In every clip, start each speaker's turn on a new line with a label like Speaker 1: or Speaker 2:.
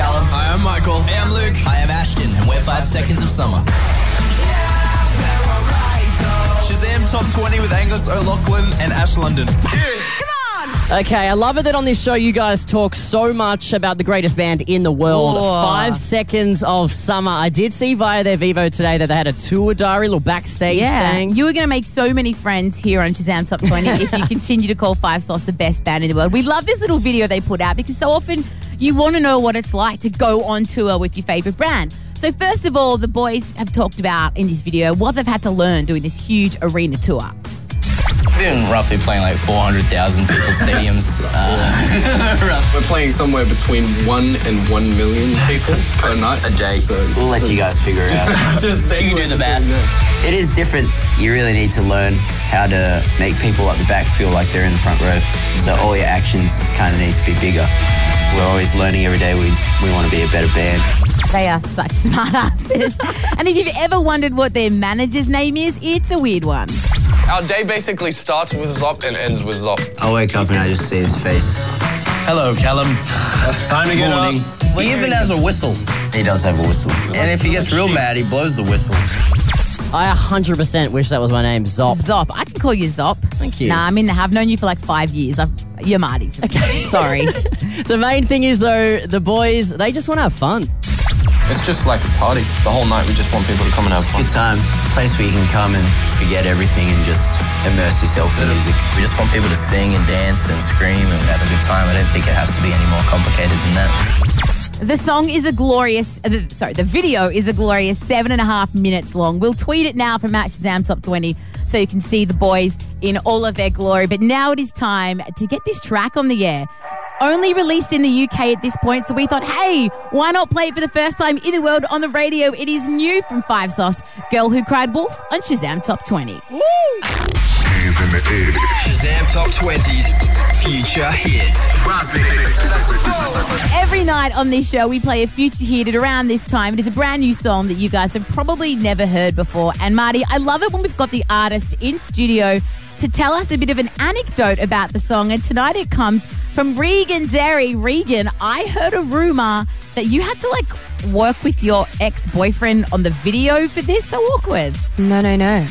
Speaker 1: I'm Michael. Hey, I'm Luke. I am Ashton, and we're five seconds of summer.
Speaker 2: Shazam Top 20 with Angus O'Loughlin and Ash London.
Speaker 3: Okay, I love it that on this show you guys talk so much about the greatest band in the world.
Speaker 4: Ooh.
Speaker 3: Five seconds of summer. I did see via their Vivo today that they had a tour diary, little backstage
Speaker 4: Yeah,
Speaker 3: thing.
Speaker 4: you are going to make so many friends here on Shazam Top 20 if you continue to call Five Sauce the best band in the world. We love this little video they put out because so often you want to know what it's like to go on tour with your favorite brand. So, first of all, the boys have talked about in this video what they've had to learn doing this huge arena tour.
Speaker 1: Been roughly playing like 400,000 people stadiums. Uh, rough.
Speaker 5: We're playing somewhere between one and one million people per night. A day. So,
Speaker 6: Uh, We'll let you guys figure it out.
Speaker 5: just
Speaker 1: You can do the math.
Speaker 6: it is different. You really need to learn how to make people at the back feel like they're in the front row. So all your actions kind of need to be bigger. We're always learning every day. We, we want to be a better band.
Speaker 4: They are such smart asses. and if you've ever wondered what their manager's name is, it's a weird one.
Speaker 7: Our day basically starts with Zop and ends with Zop.
Speaker 6: I wake up and I just see his face.
Speaker 1: Hello, Callum. Time to get Morning. He even has a whistle.
Speaker 6: He does have a whistle.
Speaker 1: And if he gets real mad, he blows the whistle.
Speaker 3: I 100% wish that was my name, Zop.
Speaker 4: Zop. I can call you Zop. Thank
Speaker 3: you.
Speaker 4: Nah, I mean, I've known you for like five years. I've, you're Marty. to me. Sorry.
Speaker 3: The main thing is, though, the boys, they just want to have fun.
Speaker 5: It's just like a party. The whole night we just want people to come and have
Speaker 6: Good
Speaker 5: fun.
Speaker 6: time. Place where you can come and forget everything and just immerse yourself in music.
Speaker 1: We just want people to sing and dance and scream and have a good time. I don't think it has to be any more complicated than that.
Speaker 4: the song is a glorious, uh, the, sorry, the video is a glorious seven and a half minutes long. We'll tweet it now from at Shazam Top 20 so you can see the boys in all of their glory. But now it is time to get this track on the air. Only released in the UK at this point, so we thought, hey, why not play it for the first time in the world on the radio? It is new from Five Sauce, Girl Who Cried Wolf on Shazam Top 20.
Speaker 8: Shazam Top 20's Future Hits.
Speaker 4: Every night on this show, we play a future hit at around this time. It is a brand new song that you guys have probably never heard before. And Marty, I love it when we've got the artist in studio to tell us a bit of an anecdote about the song. And tonight it comes from Regan Derry. Regan, I heard a rumor that you had to like work with your ex boyfriend on the video for this. So awkward.
Speaker 9: No, no, no.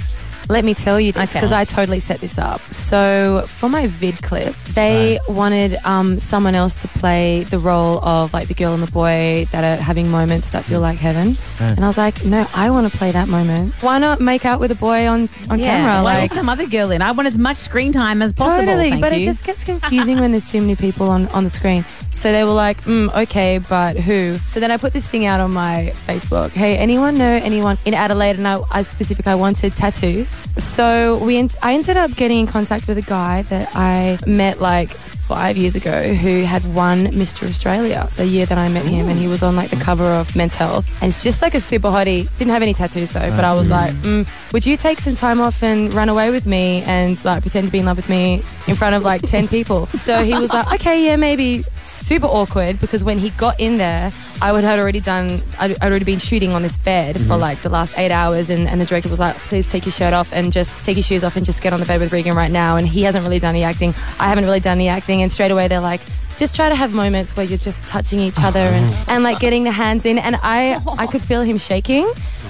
Speaker 9: Let me tell you this
Speaker 4: Okay.
Speaker 9: because I totally set this up. So for my vid clip, they wanted um, someone else to play the role of like the girl and the boy that are having moments that
Speaker 4: Mm.
Speaker 9: feel like heaven. And I was like, no, I want to play that moment. Why not make out with a boy on on camera?
Speaker 4: why not
Speaker 9: Like
Speaker 4: some other girl in. I want as much screen time as possible.
Speaker 9: totally.
Speaker 4: thank
Speaker 9: but
Speaker 4: you.
Speaker 9: it just gets confusing when there's too many people on on the screen. So they were like, mm, okay, but who? So then I put this thing out on my Facebook. Hey, anyone know anyone in Adelaide? And I, I specific, I wanted tattoos. So we, en- I ended up getting in contact with a guy that I met like five years ago who had won Mr. Australia the year that I met him, and he was on like the cover of Men's Health, and it's just like a super hottie. Didn't have any tattoos though, but I was like, mm, would you take some time off and run away with me and like pretend to be in love with me in front of like ten people? So he was like, okay, yeah, maybe. Super awkward because when he got in there, I would had already done. I'd, I'd already been shooting on this bed for like the last eight hours, and, and the director was like, "Please take your shirt off and just take your shoes off and just get on the bed with Regan right now." And he hasn't really done the acting. I haven't really done the acting, and straight away they're like, "Just try to have moments where you're just touching each other and, and like getting the hands in." And I I could feel him shaking,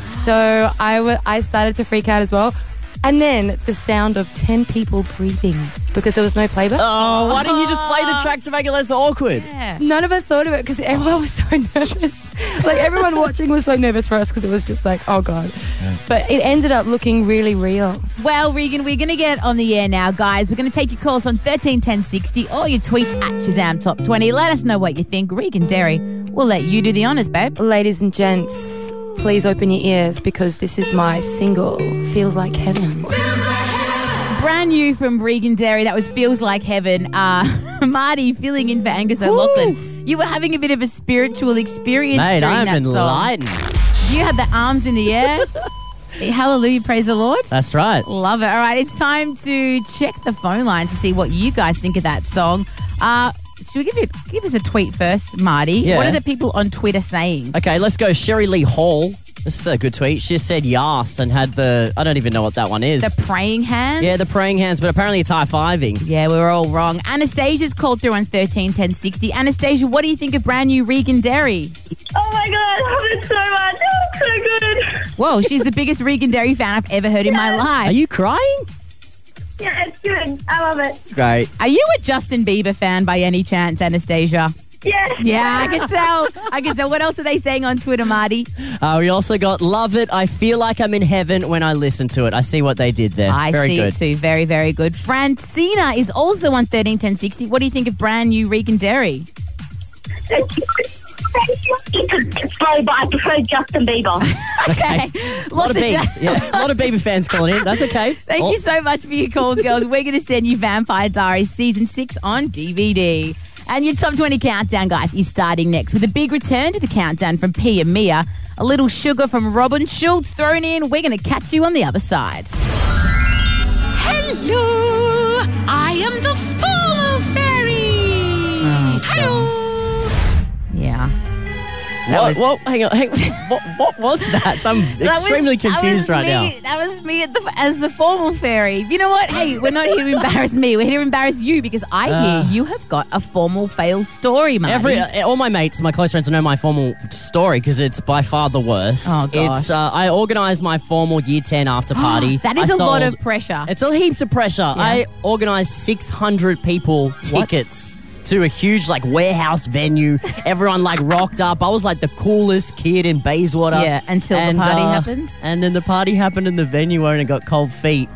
Speaker 9: so I wa- I started to freak out as well. And then the sound of ten people breathing because there was no playback.
Speaker 3: Oh, why didn't you just play the track to make it less awkward?
Speaker 4: Yeah.
Speaker 9: None of us thought of it because everyone was so nervous. like everyone watching was so nervous for us because it was just like, oh god. But it ended up looking really real.
Speaker 4: Well, Regan, we're going to get on the air now, guys. We're going to take your calls on 131060 or your tweets at Shazam Top 20. Let us know what you think. Regan Derry, we'll let you do the honors, babe.
Speaker 9: Ladies and gents, please open your ears because this is my single, Feels Like Heaven.
Speaker 4: Brand new from Regan Derry. That was Feels Like Heaven. Uh, Marty filling in for Angus O'Loughlin. You were having a bit of a spiritual experience
Speaker 3: Mate,
Speaker 4: during
Speaker 3: I'm
Speaker 4: that song.
Speaker 3: enlightened.
Speaker 4: You had the arms in the air. Hallelujah, praise the Lord.
Speaker 3: That's right.
Speaker 4: Love it. All right, it's time to check the phone line to see what you guys think of that song. Uh, should we give it give us a tweet first, Marty?
Speaker 3: Yeah.
Speaker 4: What are the people on Twitter saying?
Speaker 3: Okay, let's go. Sherry Lee Hall. This is a good tweet. She said yas and had the I don't even know what that one is.
Speaker 4: The praying hand.
Speaker 3: yeah, the praying hands, but apparently it's high fiving.
Speaker 4: Yeah, we were all wrong. Anastasia's called through on 13 10 60. Anastasia, what do you think of brand new Regan Dairy?
Speaker 10: Oh my god, I love it so much. Oh, it's so good.
Speaker 4: Whoa, she's the biggest Regan Dairy fan I've ever heard in my life.
Speaker 3: Are you crying?
Speaker 10: Yeah, it's good. I love it.
Speaker 3: Great.
Speaker 4: Are you a Justin Bieber fan by any chance, Anastasia?
Speaker 10: Yeah.
Speaker 4: Yeah, I can tell. I can tell. What else are they saying on Twitter, Marty?
Speaker 3: Uh, we also got love it. I feel like I'm in heaven when I listen to it. I see what they did there.
Speaker 4: I
Speaker 3: Very
Speaker 4: see
Speaker 3: good.
Speaker 4: it too. Very, very good. Francina is also on 13 10 60. What do you think of brand new Regan Dairy?
Speaker 10: It's, it's slow, but I prefer Justin Bieber.
Speaker 3: Okay.
Speaker 4: Lots
Speaker 3: A lot of
Speaker 4: Jus-
Speaker 3: Biebs. Yeah, a lot of Bieber fans calling in. That's okay.
Speaker 4: Thank
Speaker 3: Oh,
Speaker 4: you so much for your calls, girls. We're going to send you Vampire Diaries Season 6 on DVD. And your Top 20 Countdown, guys, is starting next with a big return to the countdown from P and Mia. A little sugar from Robin Schultz thrown in. We're going to catch you on the other side.
Speaker 11: Hello, I am the Formal Fairy. Hello.
Speaker 4: Yeah.
Speaker 3: Whoa, whoa, hang on. Hang, what, what was that? I'm
Speaker 4: That was-
Speaker 3: extremely
Speaker 4: that was
Speaker 3: confused right
Speaker 4: me-
Speaker 3: now.
Speaker 4: That was me at the, as the formal fairy. You know what? Hey, we're not here to embarrass me. We're here to embarrass you because I
Speaker 3: Ah.
Speaker 4: hear you have got a formal fail story, Marty.
Speaker 3: Every uh, all my mates, my close friends, know my formal story because it's by far the worst.
Speaker 4: Oh, gosh.
Speaker 3: It's uh, I organised my formal year ten after party.
Speaker 4: that is
Speaker 3: a
Speaker 4: a lot of pressure.
Speaker 3: It's a heaps of pressure. I organised six hundred people
Speaker 4: What?
Speaker 3: tickets. To a huge like warehouse venue, everyone like rocked up. I was like the coolest kid in Bayswater. uh,
Speaker 4: Yeah, until the party happened.
Speaker 3: And then the party happened, and the venue owner got cold feet.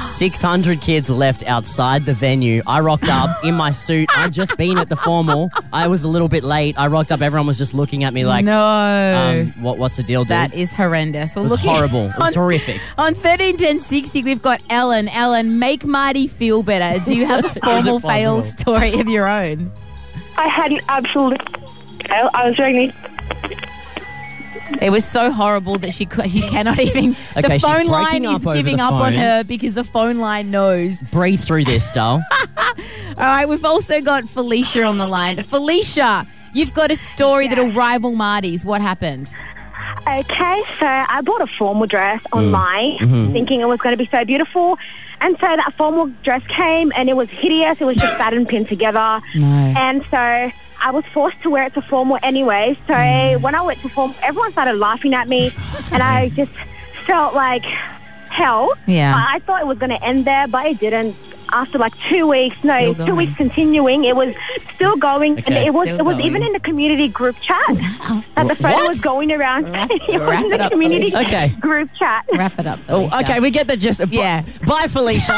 Speaker 3: 600 kids were left outside the venue. I rocked up in my suit. I'd just been at the formal. I was a little bit late. I rocked up. Everyone was just looking at me like,
Speaker 4: no.
Speaker 3: um, what, what's the deal, dude?
Speaker 4: That is horrendous. Well,
Speaker 3: it was
Speaker 4: looking-
Speaker 3: horrible. It was
Speaker 4: on,
Speaker 3: horrific.
Speaker 4: on 131060, we've got Ellen. Ellen, make Marty feel better. Do you have a formal
Speaker 3: it
Speaker 4: fail
Speaker 3: possible?
Speaker 4: story of your own?
Speaker 10: I had an absolute. I was wearing these.
Speaker 4: It was so horrible that she cou- she cannot even.
Speaker 3: Okay,
Speaker 4: the
Speaker 3: she's
Speaker 4: phone line
Speaker 3: breaking up
Speaker 4: is
Speaker 3: over
Speaker 4: giving
Speaker 3: the
Speaker 4: up on
Speaker 3: phone.
Speaker 4: her because the phone line knows.
Speaker 3: Breathe through this, doll.
Speaker 4: All right, we've also got Felicia on the line. Felicia, you've got a story that'll rival Marty's. What happened?
Speaker 10: Okay, so I bought a formal dress
Speaker 4: Mm.
Speaker 10: online,
Speaker 4: Mm-hmm.
Speaker 10: thinking it was going to be so beautiful. And so that formal dress came and it was hideous. It was just satin pinned together. And so I was forced to wear it to formal anyway. So
Speaker 4: Mm.
Speaker 10: when I went to formal, everyone started laughing at me and I just felt like hell.
Speaker 4: Yeah.
Speaker 10: I I thought it was going to end there, but it didn't. After like two weeks,
Speaker 4: Still
Speaker 10: no,
Speaker 4: going.
Speaker 10: two weeks continuing, it was still going, and
Speaker 3: Okay.
Speaker 10: it was
Speaker 4: Still
Speaker 10: it was
Speaker 4: going. Oh,
Speaker 10: even in the community group chat that the photo
Speaker 3: What?
Speaker 10: was going around
Speaker 4: Wrap-
Speaker 10: it
Speaker 4: wrap
Speaker 10: was in
Speaker 4: it
Speaker 10: the
Speaker 4: up,
Speaker 10: community
Speaker 4: Felicia.
Speaker 3: Okay.
Speaker 10: group chat.
Speaker 4: Wrap it up,
Speaker 3: oh,
Speaker 4: Felicia.
Speaker 3: okay, we get the gist. B-
Speaker 4: Yeah.
Speaker 3: Bye, Felicia.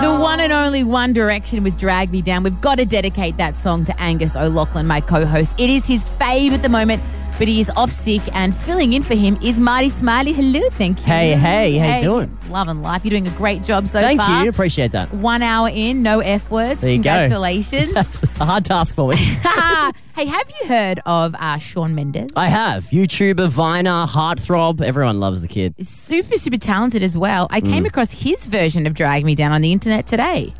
Speaker 4: The one and only One Direction with Drag Me Down. We've got to dedicate that song to Angus O'Loughlin, my co host. It is his fave at the moment, but he is off sick, and filling in for him is Marty Smiley. Hello, thank you.
Speaker 3: Hey, hey, how you doing?
Speaker 4: Loving life. You're doing a great job so
Speaker 3: Thank
Speaker 4: far.
Speaker 3: you. Appreciate that.
Speaker 4: One hour in, no F words.
Speaker 3: There you go.
Speaker 4: Congratulations.
Speaker 3: That's a hard task for me.
Speaker 4: hey, have you heard of uh, Sean Mendes?
Speaker 3: I have. YouTuber, Viner, Heartthrob. Everyone loves the kid.
Speaker 4: super, super talented as well. I
Speaker 3: Mm.
Speaker 4: came across his version of Drag Me Down on the internet today.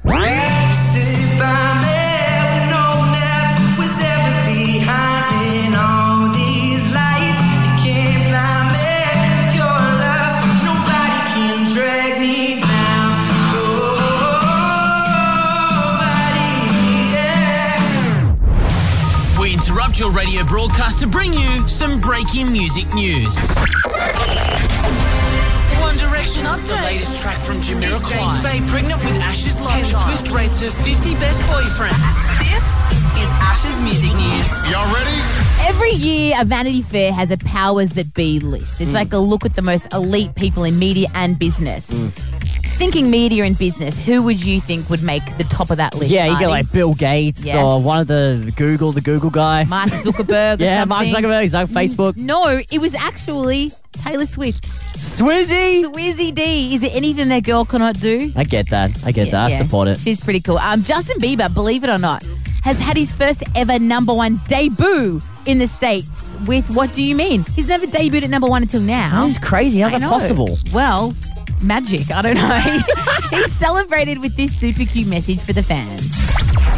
Speaker 12: We interrupt your radio broadcast to bring you some breaking music news. One Direction update. The latest track from Jamiroquai. James Bay pregnant with Ash's love child. Swift rates her 50 best boyfriends.
Speaker 11: This is Ash's Music News.
Speaker 2: Y'all ready?
Speaker 4: Every year, a Vanity Fair has a powers that be list. It's
Speaker 3: Mm.
Speaker 4: like a look at the most elite people in media and business.
Speaker 3: Mm.
Speaker 4: Thinking media and business, who would you think would make the top of that list?
Speaker 3: Yeah, you get
Speaker 4: Marty?
Speaker 3: like Bill Gates
Speaker 4: Yes.
Speaker 3: or one of the Google, the Google guy.
Speaker 4: Mark Zuckerberg. or
Speaker 3: yeah, Mark
Speaker 4: something.
Speaker 3: Zuckerberg, Zuck- Facebook.
Speaker 4: No, it was actually Taylor Swift.
Speaker 3: Swizzy!
Speaker 4: Swizzy D. Is there anything that girl cannot do?
Speaker 3: I get that. I get that. I
Speaker 4: Yeah.
Speaker 3: support it.
Speaker 4: She's pretty cool. Um, Justin Bieber, believe it or not, has had his first ever number one debut in the States with What Do You Mean? He's never debuted at number one until now.
Speaker 3: That is crazy. How's
Speaker 4: I
Speaker 3: that
Speaker 4: know.
Speaker 3: possible?
Speaker 4: Well, magic. I don't know. he celebrated with this super cute message for the fans.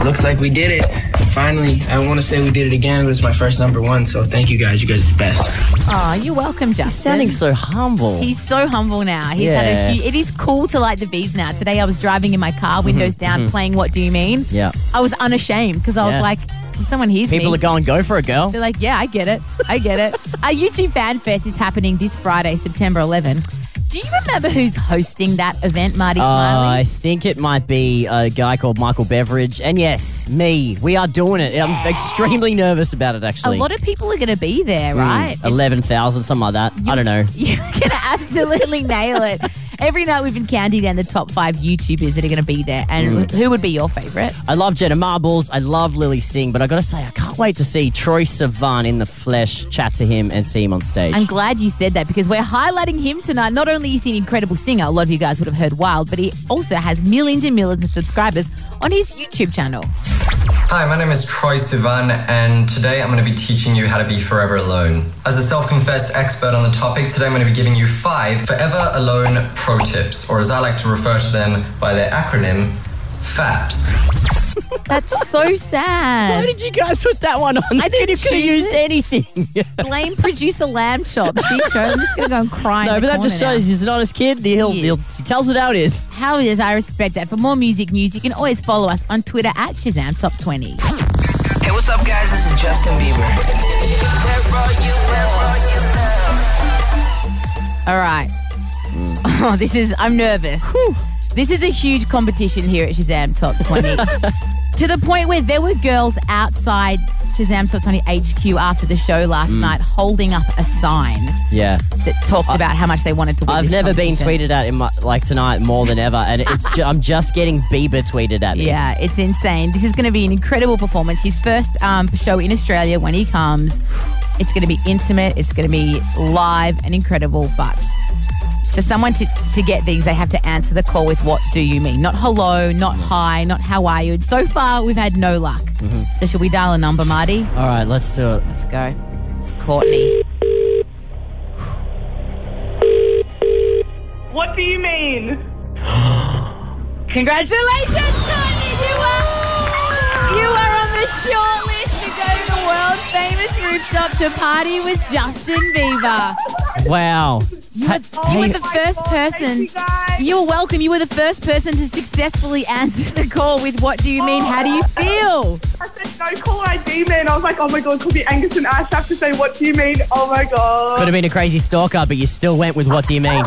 Speaker 13: Looks like we did it. Finally, I want to say we did it again. It was my first number one, so thank you guys. You guys are the best.
Speaker 4: Oh, you're welcome, Justin. He's
Speaker 3: sounding so humble.
Speaker 4: He's so humble now. He's
Speaker 3: Yeah.
Speaker 4: had a few. It is cool to light the bees now. Today I was driving in my car, windows down,
Speaker 3: mhm.
Speaker 4: playing What Do You Mean?
Speaker 3: Yeah.
Speaker 4: I was unashamed because I was
Speaker 3: Yeah.
Speaker 4: like, if someone hears me.
Speaker 3: People are going, go for it, girl.
Speaker 4: They're like, yeah, I get it. I get it. Our YouTube Fan Fest is happening this Friday, September 11. Do you remember who's hosting that event, Marty
Speaker 3: Uh,
Speaker 4: Smiley?
Speaker 3: I think it might be a guy called Michael Beveridge. And yes, me. We are doing it. I'm extremely nervous about it,
Speaker 4: A
Speaker 3: actually.
Speaker 4: lot of people are going to be there, right?
Speaker 3: Mm, 11,000, something like that. I don't know.
Speaker 4: You're going to absolutely nail it. Every night we've been counting down the top five YouTubers that are going to be there. And
Speaker 3: Mm.
Speaker 4: who would be your favorite?
Speaker 3: I love Jenna Marbles. I love Lily Singh. But i got to say, I can't wait to see Troy Sivan in the flesh, chat to him, and see him on stage.
Speaker 4: I'm glad you said that because we're highlighting him tonight. Not only is he an incredible singer, a lot of you guys would have heard Wild, but he also has millions and millions of subscribers on his YouTube channel.
Speaker 14: Hi, my name is Troy Sivan, and today I'm going to be teaching you how to be forever alone. As a self confessed expert on the topic, today I'm going to be giving you five forever alone pro tips, or as I like to refer to them by their acronym, FAPS.
Speaker 4: That's so sad. Why
Speaker 3: did you guys put that one on?
Speaker 4: I didn't
Speaker 3: could have used anything.
Speaker 4: Blame producer Lamb Chop. She chose. I'm just gonna go and cry.
Speaker 3: No,
Speaker 4: in
Speaker 3: but
Speaker 4: the
Speaker 3: that just
Speaker 4: corner
Speaker 3: shows he's an honest kid. He'll, he'll, he tells it how it is.
Speaker 4: now. how it is. I respect that. For more music news, you can always follow us on Twitter at Shazam Top 20.
Speaker 12: Hey, what's up, guys? This is Justin Bieber.
Speaker 4: All right.
Speaker 3: Mm.
Speaker 4: Oh, this is. I'm nervous. This is a huge competition here at Shazam Top 20. to the point where there were girls outside Shazam Top 20 HQ after the show last
Speaker 3: Mm.
Speaker 4: night holding up a sign
Speaker 3: Yeah.
Speaker 4: that talked about how much they wanted to win.
Speaker 3: I've
Speaker 4: this
Speaker 3: never been
Speaker 4: competition.
Speaker 3: tweeted at in my, like tonight more than ever, and it's ju- I'm just getting Bieber tweeted at me.
Speaker 4: Yeah, it's insane. This is going to be an incredible performance. His first um, show in Australia when he comes. It's going to be intimate. It's going to be live and incredible. But for someone to, to get these, they have to answer the call with "What do you mean?" Not hello, not hi, not how are you. And so far, we've had no luck.
Speaker 3: Mhm.
Speaker 4: So should we dial a number, Marty?
Speaker 3: All right, let's do it.
Speaker 4: Let's go. It's Courtney.
Speaker 15: What do you mean?
Speaker 4: Congratulations, Courtney! You are you are on the short list to go to the world famous rooftop to party with Justin Bieber.
Speaker 3: Wow.
Speaker 4: You were, you were the first person. You were welcome. You were the first person to successfully answer the call with "What do you mean? How do you feel?"
Speaker 15: I said, no, call ID, man. I was like, oh my God, call me Angus and Ash. I have to say, what do you mean? Oh my God.
Speaker 3: Could have been a crazy stalker, but you still went with what do you mean?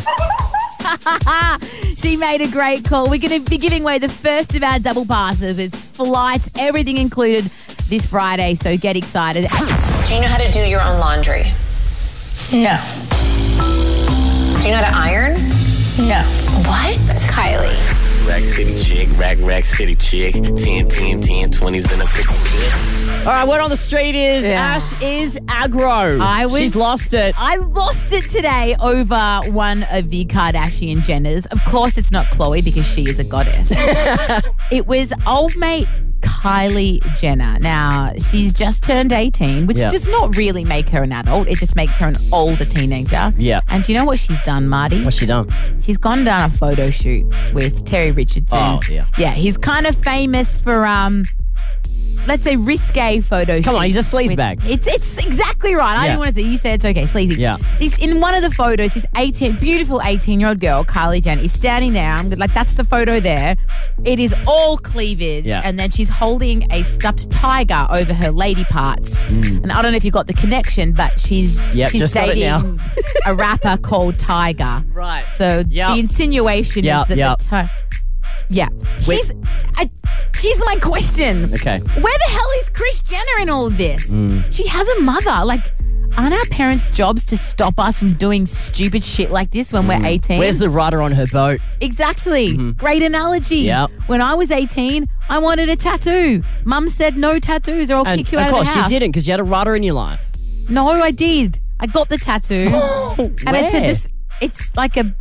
Speaker 4: she made a great call. We're going to be giving away the first of our double passes with flights, everything included this Friday. So get excited.
Speaker 11: Do you know how to do your own laundry? No. Do you know how to iron? No. What? Kylie.
Speaker 16: Rack City chick, rack, rack city chick. 10, 10, 10, 20s and a 50 chick.
Speaker 3: All right, word on the street is Ash is aggro.
Speaker 4: I was,
Speaker 3: She's lost it.
Speaker 4: I lost it today over one of the Kardashian Jenners. Of course, it's not Chloe because she is a goddess. it was old mate Kylie Jenner. Now, she's just turned 18, which
Speaker 3: Yeah.
Speaker 4: does not really make her an adult. It just makes her an older teenager.
Speaker 3: Yeah.
Speaker 4: And do you know what she's done, Marty? What's
Speaker 3: she done?
Speaker 4: She's gone down a photo shoot with Terry Richardson.
Speaker 3: Oh, yeah.
Speaker 4: Yeah, he's kind of famous for um let's say risque photo
Speaker 3: Come on,
Speaker 4: shoots
Speaker 3: he's a sleaze
Speaker 4: with-
Speaker 3: bag.
Speaker 4: It's it's exactly right. I
Speaker 3: Yeah.
Speaker 4: didn't want to say you said it's okay, sleazy.
Speaker 3: Yeah.
Speaker 4: He's in one of the photos, this 18 beautiful 18-year-old girl, Kylie Jenner, is standing there. I'm like, that's the photo there. It is all cleavage.
Speaker 11: Yeah.
Speaker 4: And then she's holding a stuffed tiger over her lady parts. And I don't know if you got the connection, but she's
Speaker 3: Mm. Yep,
Speaker 4: she's
Speaker 3: just got it
Speaker 4: dating
Speaker 3: now.
Speaker 4: a rapper called Tiger.
Speaker 3: Right.
Speaker 4: So the insinuation
Speaker 3: Yep,
Speaker 4: is that
Speaker 3: yep.
Speaker 4: the ti- yeah.
Speaker 3: Wait.
Speaker 4: He's I, here's my question.
Speaker 3: Okay.
Speaker 4: Where the hell is Chris Jenner in all of this?
Speaker 3: Mm.
Speaker 4: She has a mother. Like, aren't our parents' jobs to stop us from doing stupid shit like this when we're 18?
Speaker 3: Mm. Where's the Mm-hmm. rudder on her boat?
Speaker 4: Exactly. Great analogy.
Speaker 3: Yep.
Speaker 4: When I was 18, I wanted a tattoo. Mum said no tattoos or I'll
Speaker 3: And
Speaker 4: kick you
Speaker 3: of
Speaker 4: out
Speaker 3: course,
Speaker 4: of the house.
Speaker 3: you didn't because you had a rudder in your life.
Speaker 4: No, I did. I got the tattoo. and it's a
Speaker 3: Where?
Speaker 4: just it's like a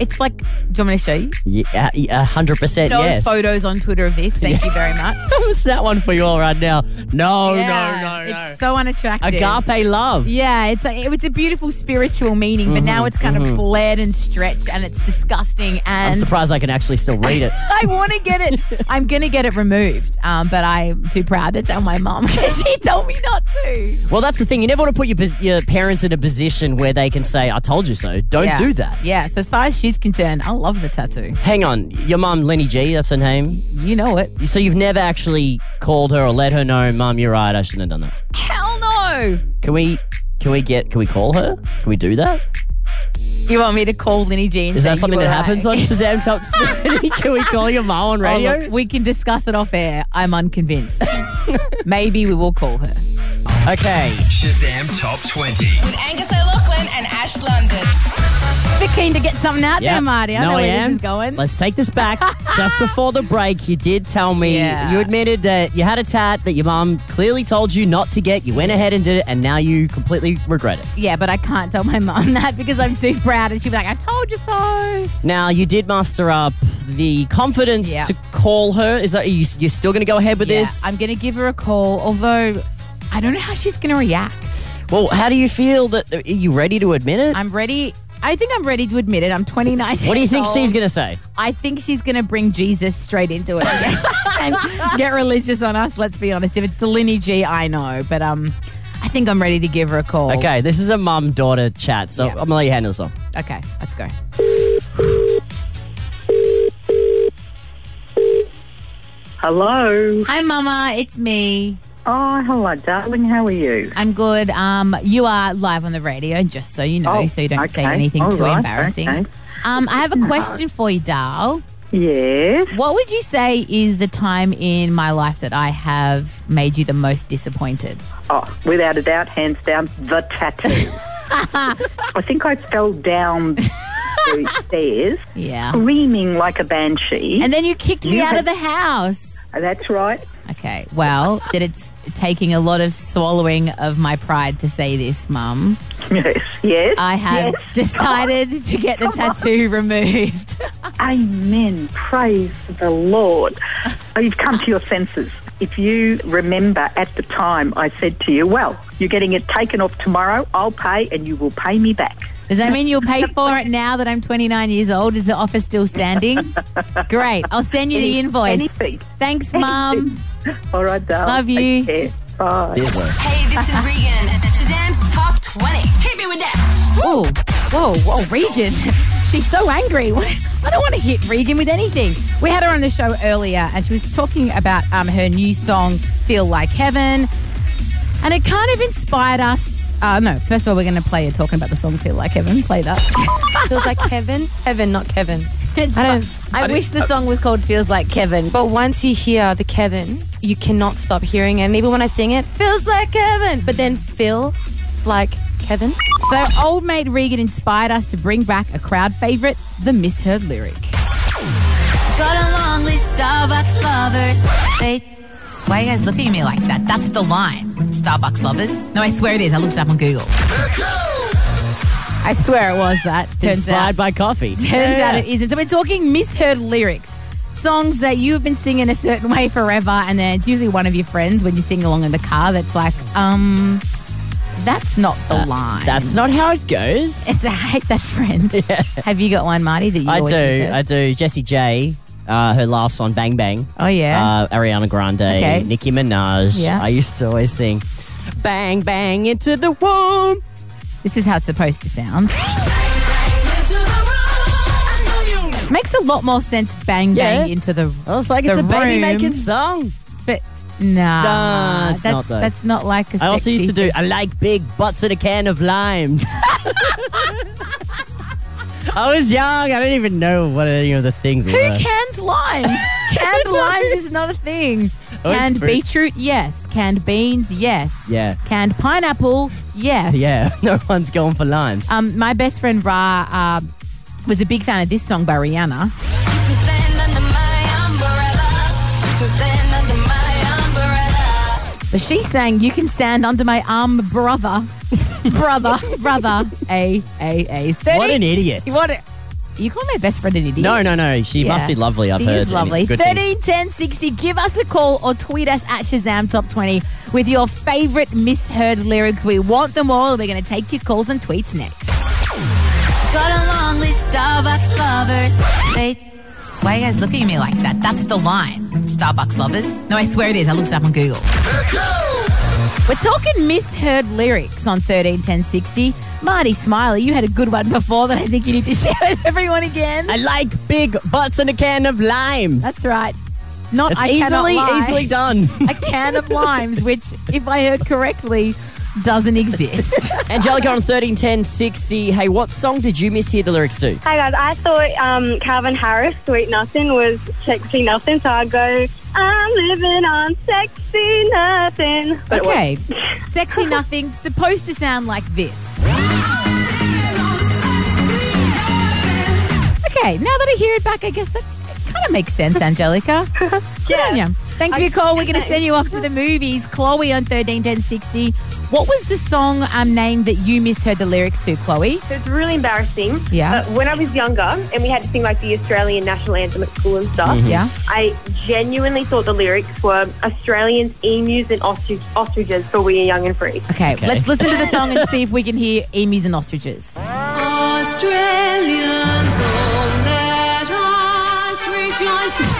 Speaker 4: It's like, do you want me to show you?
Speaker 3: Yeah, a hundred percent.
Speaker 4: no
Speaker 3: Yes.
Speaker 4: photos on Twitter of this. Thank you very much.
Speaker 3: What's that one for you all right now? Oh, No,
Speaker 4: Yeah,
Speaker 3: no, no, no.
Speaker 4: It's so unattractive.
Speaker 3: Agape love.
Speaker 4: Yeah, it's a, it was a beautiful spiritual meaning, but now
Speaker 3: Mhm,
Speaker 4: it's kind
Speaker 3: mhm.
Speaker 4: of bled and stretched, and it's disgusting. And
Speaker 3: I'm surprised I can actually still read it.
Speaker 4: I want to get it. I'm gonna get it removed, um, but I'm too proud to tell my mom because she told me not to.
Speaker 3: Well, that's the thing. You never want to put your pos- your parents in a position where they can say, "I told you so." Don't
Speaker 4: Yeah.
Speaker 3: do that.
Speaker 4: Yeah. So as far as she's concerned, I love the tattoo.
Speaker 3: Hang on, your mum, Lenny G. That's her name.
Speaker 4: You know it.
Speaker 3: So you've never actually called her or let her know, Mum, you're right. I shouldn't have done that.
Speaker 4: Hell no!
Speaker 3: Can we? Can we get? Can we call her? Can we do that?
Speaker 4: You want me to call Lenny Jean?
Speaker 3: Is that something that happens on Shazam Talks? Can we call your mom on radio?
Speaker 4: Oh, we can discuss it off air. I'm unconvinced. Maybe we will call her.
Speaker 3: Okay.
Speaker 8: Shazam Top 20.
Speaker 17: With Angus O'Loughlin and Ash London.
Speaker 4: Bit keen to get something out
Speaker 3: Yeah.
Speaker 4: there, Marty. I
Speaker 3: no,
Speaker 4: know
Speaker 3: I
Speaker 4: where
Speaker 3: am.
Speaker 4: this is going.
Speaker 3: Let's take this back. Just before the break, you did tell me
Speaker 4: Yeah.
Speaker 3: you admitted that you had a tat that your mum clearly told you not to get. You went ahead and did it, and now you completely regret it.
Speaker 4: Yeah, but I can't tell my mom that because I'm too proud, and she'll be like, "I told you so."
Speaker 3: Now you did muster up the confidence
Speaker 4: Yeah.
Speaker 3: to call her. Is that are you, you're still going to go ahead with
Speaker 4: Yeah,
Speaker 3: this?
Speaker 4: I'm gonna give her a call, although I don't know how she's gonna react.
Speaker 3: well, how do you feel? That are you ready to admit it?
Speaker 4: I'm ready. I think I'm ready to admit it. I'm 29.
Speaker 3: what do you think
Speaker 4: years
Speaker 3: she's
Speaker 4: old.
Speaker 3: going to say?
Speaker 4: I think she's going to bring Jesus straight into it again and get religious on us. Let's be honest. If it's the Linny G, I know, but um, I think I'm ready to give her a call.
Speaker 3: Okay, this is a mum daughter chat, so I'm going to let you handle this one.
Speaker 4: Okay. Let's go.
Speaker 18: Hello.
Speaker 4: Hi, Mama. It's me.
Speaker 18: Oh, hello, darling. How are you?
Speaker 4: I'm good. Um, you are live on the radio, just so you know,
Speaker 18: Oh,
Speaker 4: so you don't say
Speaker 18: okay.
Speaker 4: anything
Speaker 18: All
Speaker 4: too
Speaker 18: right,
Speaker 4: embarrassing.
Speaker 18: okay.
Speaker 4: Um, I have a
Speaker 18: No.
Speaker 4: question for you, Dal.
Speaker 18: Yes.
Speaker 4: What would you say is the time in my life that I have made you the most disappointed?
Speaker 18: Oh, without a doubt, hands down, the tattoo. I think I fell down the stairs,
Speaker 4: Yeah.
Speaker 18: Mm. screaming like a banshee.
Speaker 4: And then you kicked me out of the house.
Speaker 18: That's right.
Speaker 4: Okay. Well, that it's taking a lot of swallowing of my pride to say this, Mum.
Speaker 18: Yes. Yes.
Speaker 4: I have
Speaker 18: yes.
Speaker 4: decided to get the tattoo removed.
Speaker 18: Amen. Praise the Lord. Oh, You've come to your senses. If you remember at the time, I said to you, well, you're getting it taken off tomorrow. I'll pay and you will pay me back.
Speaker 4: Does that mean you'll pay for it now that I'm 29 years old? Is the offer still standing? Great. I'll send you the
Speaker 18: Any-
Speaker 4: invoice.
Speaker 18: anything.
Speaker 4: Thanks, Mum.
Speaker 18: All right, darling.
Speaker 4: Love you.
Speaker 18: Take care. Bye.
Speaker 17: Hey, this is Regan. Shazam Top 20. Hit me with that.
Speaker 4: Whoa, whoa, whoa, Regan. She's so angry. I don't want to hit Regan with anything. We had her on the show earlier and she was talking about um, her new song, Feel Like Heaven. And it kind of inspired us. Uh, no, first of all, we're going to play you talking about the song Feel Like Heaven. Play that.
Speaker 9: Feels like Kevin. Heaven, not Kevin.
Speaker 4: I don't. I wish the song was called Feels Like Kevin.
Speaker 9: But once you hear the Kevin, you cannot stop hearing it. And even when I sing it, feels like Kevin. But then Phil, it's like Kevin.
Speaker 4: So, old mate Regan inspired us to bring back a crowd favorite, the misheard lyric.
Speaker 17: Got a long list Starbucks lovers. They
Speaker 4: Why are you guys looking at me like that? That's the line. Starbucks lovers. No, I swear it is. I looked it up on Google. I swear it was that. Turns
Speaker 3: Inspired
Speaker 4: out,
Speaker 3: by coffee.
Speaker 4: turns out it isn't. So we're talking misheard lyrics, songs that you've been singing a certain way forever, and then it's usually one of your friends when you sing along in the car that's like, um, that's not the line.
Speaker 3: That's not how it goes.
Speaker 4: It's a hate that friend. Have you got one, Marty? That you
Speaker 3: I
Speaker 4: always
Speaker 3: do.
Speaker 4: misheard?
Speaker 3: I do. Jessie J, uh, her last one, Bang Bang.
Speaker 4: Oh, yeah.
Speaker 3: Uh, Ariana Grande,
Speaker 4: Okay.
Speaker 3: Nicki Minaj.
Speaker 4: Yeah.
Speaker 3: I used to always sing Bang Bang into the womb.
Speaker 4: This is how it's supposed to sound. Makes a lot more sense. Bang
Speaker 3: Yeah.
Speaker 4: bang into the.
Speaker 3: I was like, it's a baby making song.
Speaker 4: But nah,
Speaker 3: Nah, it's
Speaker 4: that's
Speaker 3: not though.
Speaker 4: that's not like a
Speaker 3: I also
Speaker 4: sexy
Speaker 3: used to do, I like big butts in a can of limes. I was young. I didn't even know what any of the things
Speaker 4: Who
Speaker 3: were.
Speaker 4: cans limes? Canned limes is not a thing.
Speaker 3: Oh, it's
Speaker 4: Canned
Speaker 3: fruit.
Speaker 4: beetroot, yes. Canned beans, yes.
Speaker 3: Yeah.
Speaker 4: Canned pineapple, yes.
Speaker 3: Yeah. No one's going for limes.
Speaker 4: Um, my best friend Ra uh, was a big fan of this song by Rihanna.
Speaker 17: stand under my umbrella. You can stand under my umbrella.
Speaker 4: But she sang, You Can Stand Under My Arm, Brother. brother, brother. A, A, A. 30.
Speaker 3: What an idiot.
Speaker 4: What a, You call my best friend an idiot.
Speaker 3: No, no, no. She
Speaker 4: Yeah.
Speaker 3: must be lovely. I've
Speaker 4: she
Speaker 3: heard
Speaker 4: is lovely.
Speaker 3: good
Speaker 4: 13
Speaker 3: things.
Speaker 4: 10 60. Give us a call or tweet us at Shazam Top 20 with your favorite misheard lyrics. We want them all. We're going to take your calls and tweets next.
Speaker 17: Got a long list Starbucks lovers.
Speaker 4: They, why are you guys looking at me like that? That's the line. Starbucks lovers. No, I swear it is. I looked it up on Google. We're talking misheard lyrics on 13 10 60. Marty Smiley, you had a good one before that I think you need to share with everyone again.
Speaker 3: I like big butts and a can of limes.
Speaker 4: That's right. Not
Speaker 3: It's
Speaker 4: I cannot
Speaker 3: easily,
Speaker 4: lie.
Speaker 3: easily done.
Speaker 4: a can of limes, which, if I heard correctly, doesn't exist.
Speaker 3: Angelica on 13, 10, 60. Hey, what song did you mishear the lyrics to?
Speaker 19: Hi guys, I thought um, Calvin Harris, Sweet Nothing, was Sexy Nothing, so I go, I'm living on Sexy Nothing. But it
Speaker 4: Okay.
Speaker 19: wasn't.
Speaker 4: Sexy nothing, supposed to sound like this. Okay, now that I hear it back, I guess that kind of makes sense, Angelica. yeah. Thanks for your call. We're going to send you off to the movies. Chloe on 131060. What was the song um, name that you misheard the lyrics to, Chloe?
Speaker 10: So it's really embarrassing.
Speaker 4: Yeah.
Speaker 10: But when I was younger and we had to sing like the Australian national anthem at school and stuff,
Speaker 4: Mhm. Yeah.
Speaker 10: I genuinely thought the lyrics were Australians, emus, and ostrich- ostriches for We Are Young and Free.
Speaker 4: Okay, let's listen to the song and see if we can hear emus and ostriches.
Speaker 12: Australians, all let us rejoice.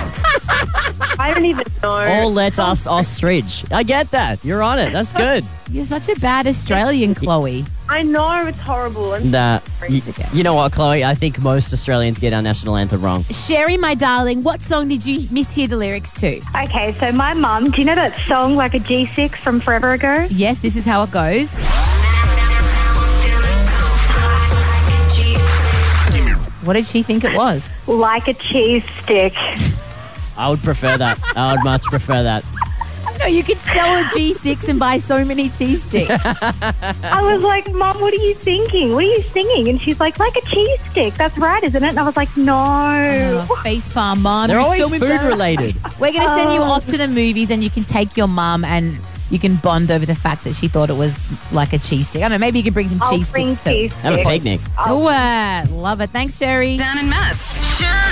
Speaker 10: I don't even know.
Speaker 3: All let us ostrich. I get that. You're on it. That's good.
Speaker 4: You're such a bad Australian, Chloe.
Speaker 10: I know, it's horrible. I'm
Speaker 3: Nah, you, you know what, Chloe? I think most Australians get our national anthem wrong.
Speaker 4: Sherry, my darling, what song did you mishear the lyrics to?
Speaker 20: Okay, so my mum, do you know that song like a G6 from forever ago?
Speaker 4: Yes, this is how it goes. What did she think it was?
Speaker 20: Like a cheese stick.
Speaker 3: I would prefer that. I would much prefer that.
Speaker 4: No, you could sell a G6 and buy so many cheese sticks.
Speaker 20: I was like, Mum, what are you thinking? What are you singing? And she's like, like a cheese stick. That's right, isn't it? And I was like, no.
Speaker 4: Oh, face palm, mum.
Speaker 3: They're
Speaker 4: You're
Speaker 3: always
Speaker 4: so
Speaker 3: food
Speaker 4: embarrassed.
Speaker 3: related.
Speaker 4: We're going to send you
Speaker 20: Oh.
Speaker 4: off to the movies and you can take your mum and you can bond over the fact that she thought it was like a cheese stick. I don't know, maybe you could bring some
Speaker 20: I'll
Speaker 4: cheese
Speaker 20: bring
Speaker 4: sticks. to-
Speaker 20: cheese
Speaker 3: Have a picnic.
Speaker 4: Do it. Love it. Thanks, Sherry. Down in math.